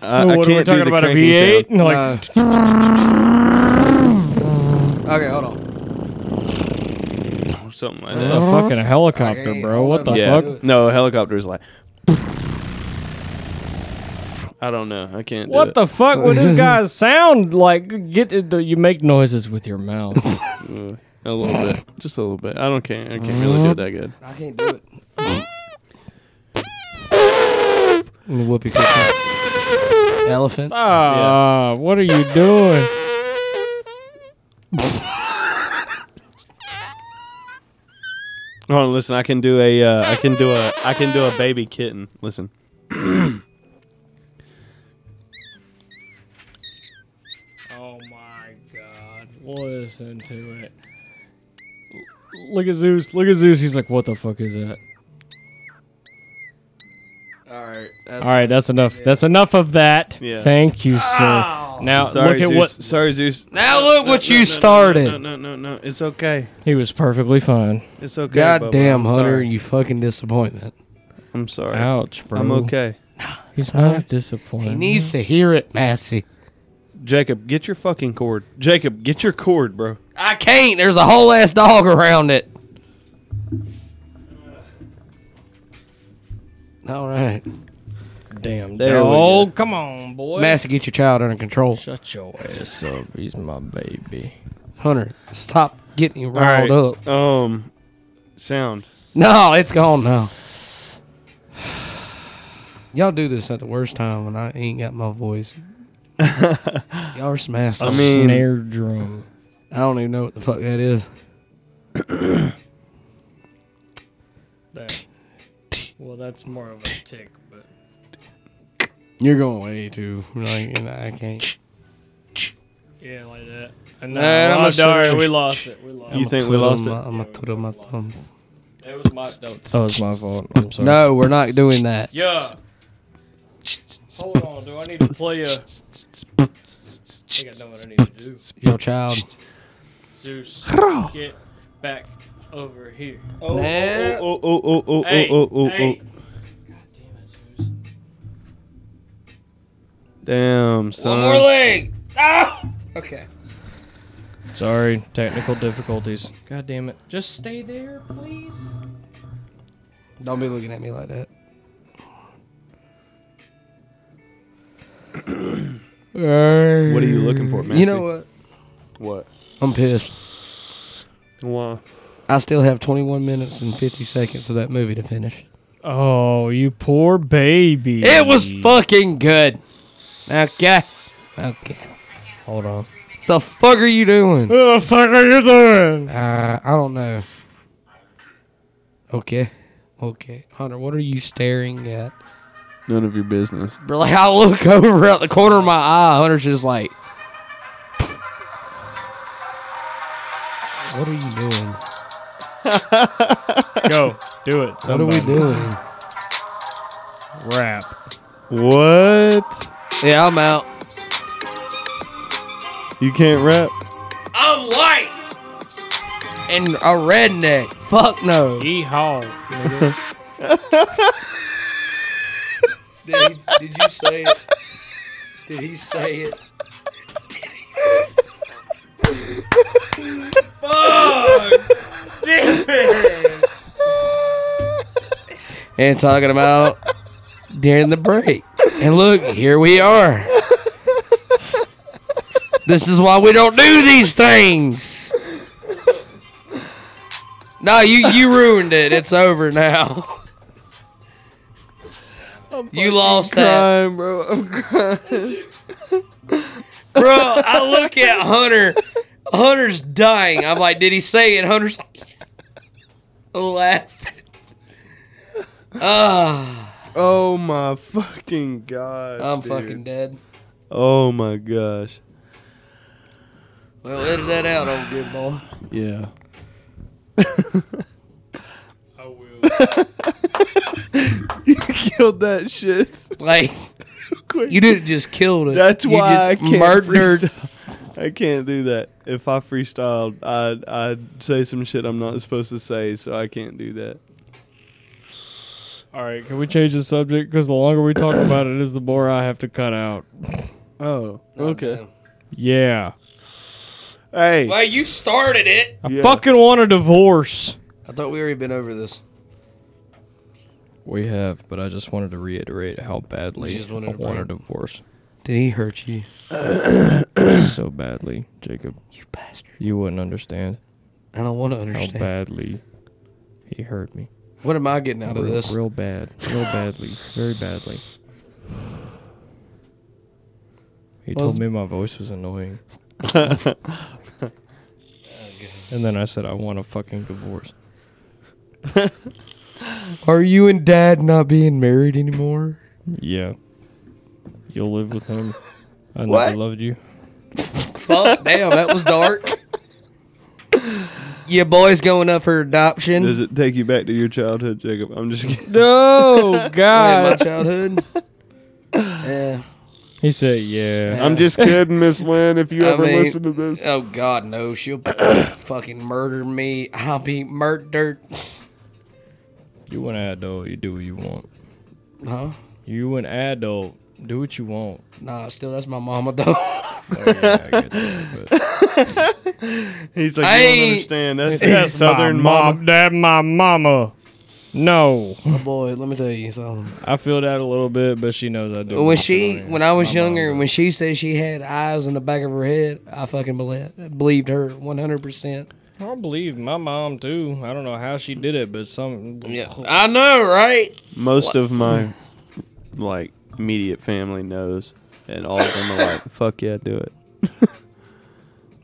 B: I, I
A: what are we
B: can't do
A: talking
B: the
A: about? A
B: cranking
A: V8?
B: sound. Uh-huh.
A: And like,
C: Uh, okay, hold on.
B: Something like
A: it's
B: that.
A: a fucking helicopter,
C: Okay,
A: bro.
C: hold
A: What
C: up.
A: the
B: Yeah.
A: fuck?
B: No, a helicopter's like. I don't know. I can't. do
A: What
B: it.
A: the fuck would this guy sound like? Get it, you make noises with your mouth.
B: A little bit. Just a little bit. I don't care. I can't really do it that good.
C: I can't do it. Whoopee cushion. Elephant.
A: Ah, what are you doing?
B: Hold on. Listen, I can do a. Uh, I can do a. I can do a baby kitten. Listen.
A: Oh my god. Listen to it. L- Look at Zeus. Look at Zeus. He's like, what the fuck is that?
C: All right.
A: All right, that's enough. That's enough of that.
B: Yeah.
A: Thank you, sir. Now
B: Sorry,
A: look at
B: Zeus.
A: what
B: Sorry, Zeus.
C: Now look what you
B: No, no, no,
C: started.
B: No, no, no, no. It's okay.
A: he was perfectly fine.
B: It's okay.
C: God
B: Bubba.
C: damn,
B: I'm
C: Hunter,
B: sorry.
C: you fucking disappointment.
B: I'm sorry.
A: Ouch, bro.
B: I'm okay.
A: He's not a disappointment.
C: He needs to hear it, Massey.
B: Jacob, get your fucking cord. Jacob, get your cord, bro.
C: I can't. There's a whole ass dog around it. All right.
A: Damn.
B: There we
A: Oh, come on, boy.
C: Massey, get your child under control.
A: Shut your ass up. He's my baby.
C: Hunter, stop getting him
B: All
C: riled
B: right.
C: up.
B: Um, sound.
C: No, it's gone now. Y'all do this at the worst time when I ain't got my voice. Y'all are some assholes.
B: I mean-
A: Snare drum.
C: I don't even know what the fuck that is.
A: That- Well, that's more of a tick, but
C: You're going way too. Like, and I can't.
A: yeah, like that. And uh,
C: Man, I'm
A: I'm
C: a
A: sorry,
C: sugar-
A: we lost it. We lost
B: You
A: it.
B: think we
C: Twiddle
B: lost it?
C: my- I'm gonna twiddle my thumbs.
A: It was my that was my fault. I'm sorry.
C: No, we're not doing that.
A: Yeah. Hold on. Do I need to play a? I think I know what I need to do.
C: Your child.
A: Zeus, get back over here.
B: Oh,
C: Eh.
B: oh, oh, oh, oh,
A: Hey,
B: oh, oh, oh,
A: hey.
B: oh.
A: God damn it, Zeus.
B: Damn, son.
C: leg. Ah! Okay.
A: Sorry, technical difficulties. God damn it. Just stay there, please.
C: Don't be looking at me like that.
B: What are you looking for, man?
C: You know what?
B: what?
C: I'm pissed.
B: Why?
C: I still have 21 minutes and 50 seconds of that movie to finish.
A: Oh, you poor baby.
C: It was fucking good. Okay. Okay.
A: Hold on.
C: The fuck are you doing? Uh,
A: What the fuck are you doing?
C: I don't know. Okay. Okay. Hunter, what are you staring at?
B: None of your business.
C: Bro, like I look over at the corner of my eye, Hunter's just like, "What are you doing?
A: Go. Do it.
C: What are we doing?"
A: Rap.
B: What?
C: Yeah, I'm out.
B: You can't rap.
C: I'm white and a redneck. Fuck no.
A: Yeehaw, nigga.
C: Did, he, did you say it? Did he say it? and talking about during the break. And look, here we are. This is why we don't do these things. No, you you ruined it. It's over now. You lost that.
B: Crying, bro. I'm crying.
C: Bro, I look at Hunter. Hunter's dying. I'm like, did he say it? Hunter's laughing. Ah,
B: Oh my fucking god.
C: I'm
B: dude.
C: fucking dead.
B: Oh my gosh.
C: Well, edit that out, old good boy.
B: Yeah.
A: I will.
B: you killed that shit.
C: Like,
B: Quick.
C: you didn't just killed it.
B: That's
C: You
B: why I
C: just
B: can't
C: murdered.
B: freestyle. I can't do that. If I freestyled, I'd I'd say some shit I'm not supposed to say, so I can't do that.
A: All right, can we change the subject? Because the longer we talk about it, is the more I have to cut out.
B: Oh, okay.
A: Yeah,
B: Hey,
C: Well, you started it.
A: I
B: Yeah.
A: fucking want a divorce.
C: I thought we already been over this.
A: We have, but I just wanted to reiterate how badly
C: You just wanted
A: I
C: to
A: want a
C: bring-
A: divorce
C: Did he hurt you?
A: so badly, Jacob.
C: You bastard.
A: You wouldn't understand
C: I don't want to
A: how
C: understand.
A: badly he hurt me.
C: What am I getting out of
A: real,
C: this?
A: real bad, real badly, very badly. He
C: Well,
A: told me my voice was annoying, and then I said I want a fucking divorce.
C: Are you and Dad not being married anymore?
A: Yeah. You'll live with him. I
C: What?
A: never loved you.
C: Fuck, damn, that was dark. Your boy's going up for adoption.
B: does it take you back to your childhood, Jacob? I'm just kidding.
A: No,
C: Wait, my
A: God.
C: childhood. yeah.
A: He said, yeah.
B: I'm just kidding, Miss Lynn. If you
C: I
B: ever
C: mean-
B: listen to this,
C: Oh God, no! She'll fucking murder me. I'll be murdered.
A: You an adult. You do what you want.
C: Huh?
A: You an adult. Do what you want.
C: Nah, still that's my mama though.
A: Oh, yeah, I get that, but-
B: he's like,
C: I
B: you don't
C: ain't-
B: understand. That's, that's Southern mom.
A: That my mama. No.
C: My boy, let me tell you something.
A: I feel that a little bit, but she knows I do.
C: When she, when I was
A: My mom
C: younger,
A: does.
C: when she said she had eyes in the back of her head, I fucking believed, believed her one hundred percent.
A: I don't believe my mom, too. I don't know how she did it, but some.
C: I know, right?
B: Most of my like immediate family knows, and all of them are like, "Fuck yeah, do it."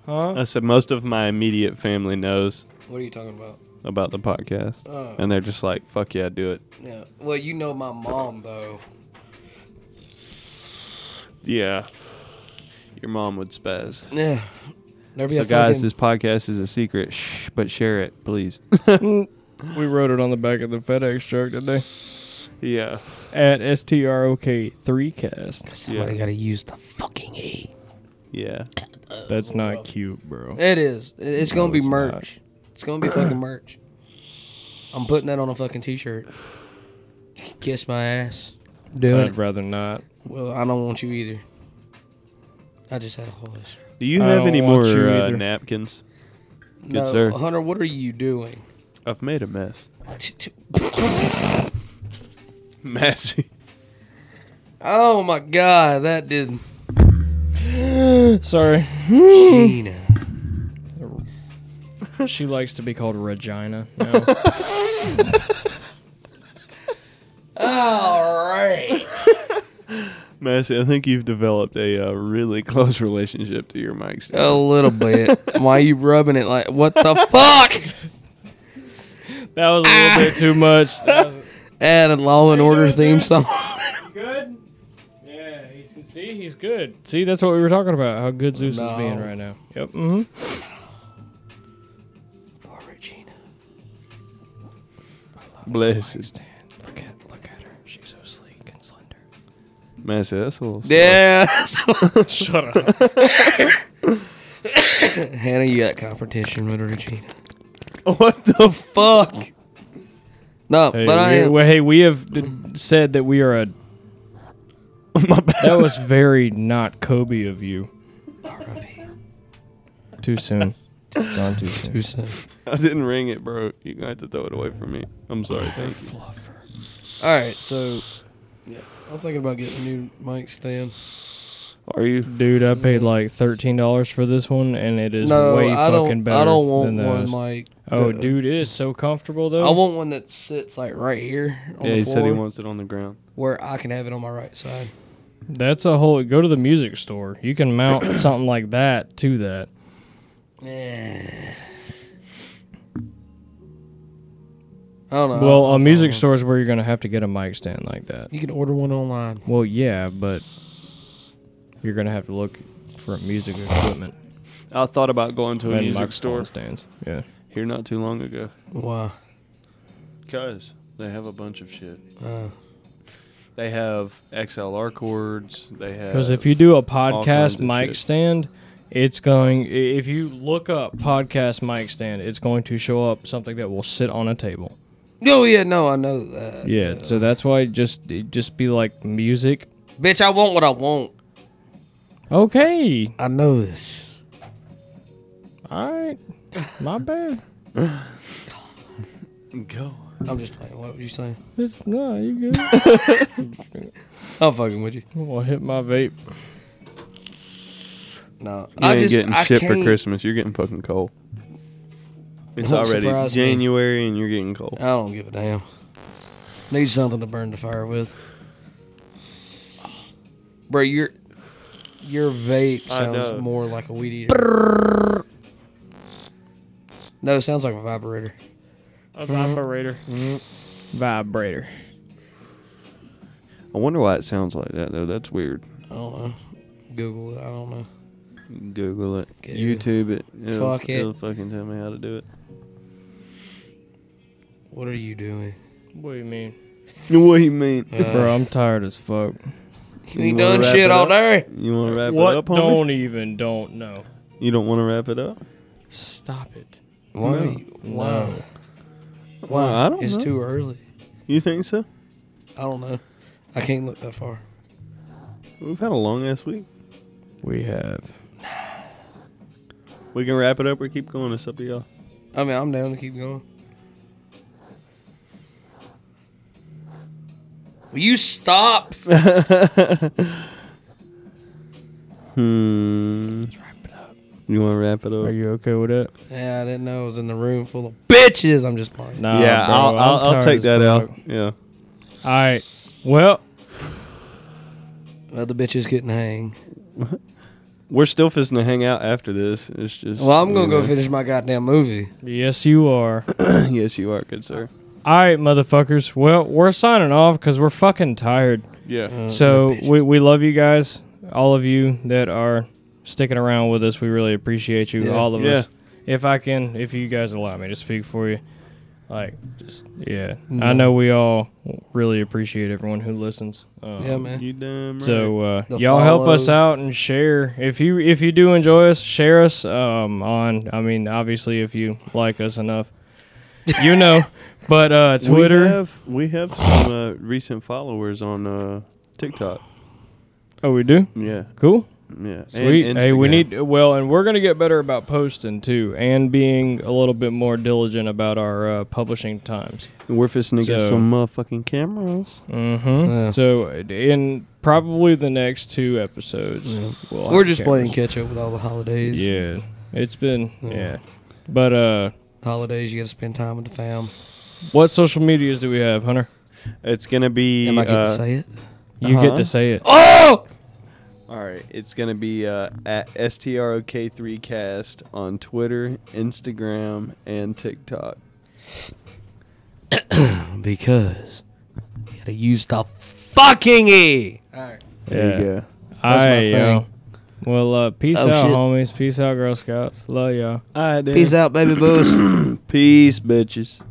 A: Huh?
B: I said most of my immediate family knows
C: What are you talking about?
B: about the podcast,
C: Oh.
B: and they're just like, "Fuck yeah, do it."
C: Yeah. Well, you know my mom though.
B: Yeah, your mom would spaz.
C: Yeah. There be
B: So
C: a
B: guys,
C: fucking-
B: this podcast is a secret, shh, but share it, please.
A: We wrote it on the back of the FedEx truck today.
B: yeah,
A: At STROK3cast.
C: somebody
B: yeah.
C: got to use the fucking e.
B: yeah.
A: That's not cute, bro.
C: It is. It- It's gonna
A: No,
C: be
A: it's not.
C: merch. It's gonna be fucking merch. I'm putting that on a fucking t-shirt. Kiss my ass. Doing
A: I'd rather not.
C: Well, I don't want you either. I just had a whole list.
B: Do you
A: I
B: have
A: don't
B: any more
A: want you
B: uh,
A: either.
B: napkins? Good
C: no,
B: sir.
C: Hunter, what are you doing?
B: I've made a mess. Messy.
C: Oh my god, that did
A: Sorry.
C: Gina.
A: she likes to be called Regina now.
C: All right.
B: Massey, I think you've developed a uh, really close relationship to your mic stand.
C: A little bit. Why you rubbing it like what the fuck?
A: that was a little bit too much.
C: Add a Law and Order
A: doing,
C: theme
A: sir?
C: song.
A: good? Yeah, he's, see, he's good. See, that's what we were talking about, how good Zeus is
C: No.
A: being right now. Yep. hmm
C: Poor Regina.
B: Bless it.
A: Look at, look at her. She's so sleek and slender.
B: Massey, that's a little.
C: Yeah.
A: Shut up.
C: Hannah, you got competition with Regina.
B: What the fuck?
C: No,
A: Hey,
C: but I
A: we,
C: am.
A: well, hey, we have d- said that we are a.
B: My bad.
A: That was very not Kobe of you.
C: R.I.P.
A: Too soon. Gone too soon.
C: Too soon.
B: I didn't ring it, bro. You're gonna have to throw it away from me. I'm sorry. Thank you.
C: All right, so yeah, I'm thinking about getting a new mic stand.
B: Are you?
A: Dude, I paid like thirteen dollars for this one, and it is
C: no,
A: way
C: I
A: fucking
C: don't.
A: better.
C: I don't want
A: than
C: one
A: those.
C: like.
A: Oh,
C: the-
A: dude, it is so comfortable though.
C: I want one that sits like right here on
B: Yeah,
C: the
B: he
C: floor,
B: said he wants it on the ground.
C: where I can have it on my right side.
A: That's a whole. Go to the music store. You can mount something like that to that.
C: I
B: Uh,
C: don't know.
A: well,
C: I'll
A: a music
B: uh-huh.
C: find one.
A: store is where you're gonna have to get a mic stand like that.
C: You can order one online.
A: Well, yeah, but you're gonna have to look for music equipment
B: I thought about going to a
A: and
B: music
A: microphone
B: store
A: stands. Yeah.
B: here not too long ago.
C: Wow.
B: Cause they have a bunch of shit.
C: Uh,
B: They have XLR cords. They have.
A: Because if you do a
B: Uh, kinds
A: podcast
B: of
A: mic
B: shit.
A: stand, it's going. i- If you look up podcast mic stand, it's going to show up something that will sit on a table.
C: oh yeah, no, I know that.
A: Yeah. So that's why just it just be like music.
C: Bitch, I want what I want.
A: Okay.
C: I know this.
A: All right. My bad.
B: go,
C: I'm just playing. What were you saying?
A: It's, no, you good.
C: I'm fucking with you.
A: I'm gonna hit my vape.
C: No,
B: you
C: I
B: ain't
C: just
B: getting
C: I
B: shit
C: can't,
B: for Christmas. You're getting fucking cold. It's
C: Don't
B: already
C: surprise me.
B: January and you're getting cold.
C: I don't give a damn. Need something to burn the fire with, bro. Your your vape
B: I
C: sounds
B: know.
C: more like a weed eater. No, it sounds like a vibrator.
A: A vibrator. Mm-hmm. Vibrator.
B: I wonder why it sounds like that though. That's weird.
C: I don't know. Google it. I don't know.
B: Google it.
C: Google.
B: YouTube it. It'll,
C: Fuck it.
B: It'll fucking tell me how to do it.
C: What are you doing?
A: What do you mean,
B: What do you mean?
A: bro? I'm tired as fuck.
C: You ain't
B: You wanna
C: done
B: wrap
C: shit
B: it
C: all
B: up?
C: day.
B: You want to wrap
A: what?
B: it up, homie?
A: don't even don't know.
B: You don't want to wrap it up?
A: Stop it.
C: Why?
B: No.
C: you- Why?
A: No.
C: Why?
B: I don't
C: it's
B: know.
C: too early.
B: You think so?
C: I don't know. I can't look that far.
B: We've had a long ass week.
A: We have.
B: We can wrap it up or keep going. It's up to y'all.
C: I mean, I'm down to keep going. Will you stop?
B: Hmm.
A: Wrap it up.
B: You want to wrap it up?
A: Are you okay with that?
C: Yeah, I didn't know I was in the room full of bitches. I'm just playing.
A: Nah,
B: yeah,
A: bro,
B: I'll,
A: I'm
B: I'll, I'll
A: tired
B: take
A: as
B: that out.
A: fuck.
B: Yeah.
A: All right. Well,
C: Well, the bitches couldn't hang.
B: We're still fisting to hang out after this. It's just.
C: Well, I'm gonna
B: you
C: go
B: know.
C: finish my goddamn movie.
A: yes, you are.
B: yes, you are, good sir.
A: All right, motherfuckers. Well, we're signing off because we're fucking tired.
B: Yeah.
A: So
C: bitches.
A: we, we love you guys, all of you that are sticking around with us. We really appreciate you,
C: Yeah.
A: all of
B: Yeah.
A: us. If I can, if you guys allow me to speak for you, like just yeah, I
C: No.
A: know we all really appreciate everyone who listens. Um,
C: Yeah, man.
B: You damn right.
A: So uh,
C: The
A: y'all help us
C: follows.
A: out and share if you if you do enjoy us, share us um, on. I mean, obviously, if you like us enough, you know. But uh,
B: We
A: Twitter.
B: have, we have some uh, recent followers on uh, TikTok.
A: oh, we do.
B: Yeah.
A: Cool.
B: Yeah. And
A: Sweet. hey, we
B: Instagram.
A: need well, and we're gonna get better about posting too, and being a little bit more diligent about our uh, publishing times.
B: We're fisting to get
A: So-
B: some motherfucking cameras.
A: Mm-hmm.
C: Yeah.
A: So in probably the next two episodes,
C: Yeah.
A: we'll
C: We're
A: have
C: just
A: cameras.
C: playing catch up with all the holidays.
A: Yeah, it's been
C: Yeah.
A: yeah, but uh.
C: Holidays, you gotta spend time with the fam.
A: What social medias do we have, Hunter?
B: It's gonna be.
C: Am I getting
B: uh,
C: to say it?
A: You get
B: Uh-huh.
A: to say it.
C: Oh!
B: All right, it's gonna be uh, at strok3cast on Twitter, Instagram, and TikTok.
C: Because you gotta use the fucking e. All right.
A: Yeah.
B: you
A: That's
C: That's my
A: yo. Well, uh, peace
C: Oh,
A: out,
C: shit.
A: homies. Peace out, Girl Scouts. Love y'all.
B: All right,
C: Peace out, baby boys.
B: Peace, bitches.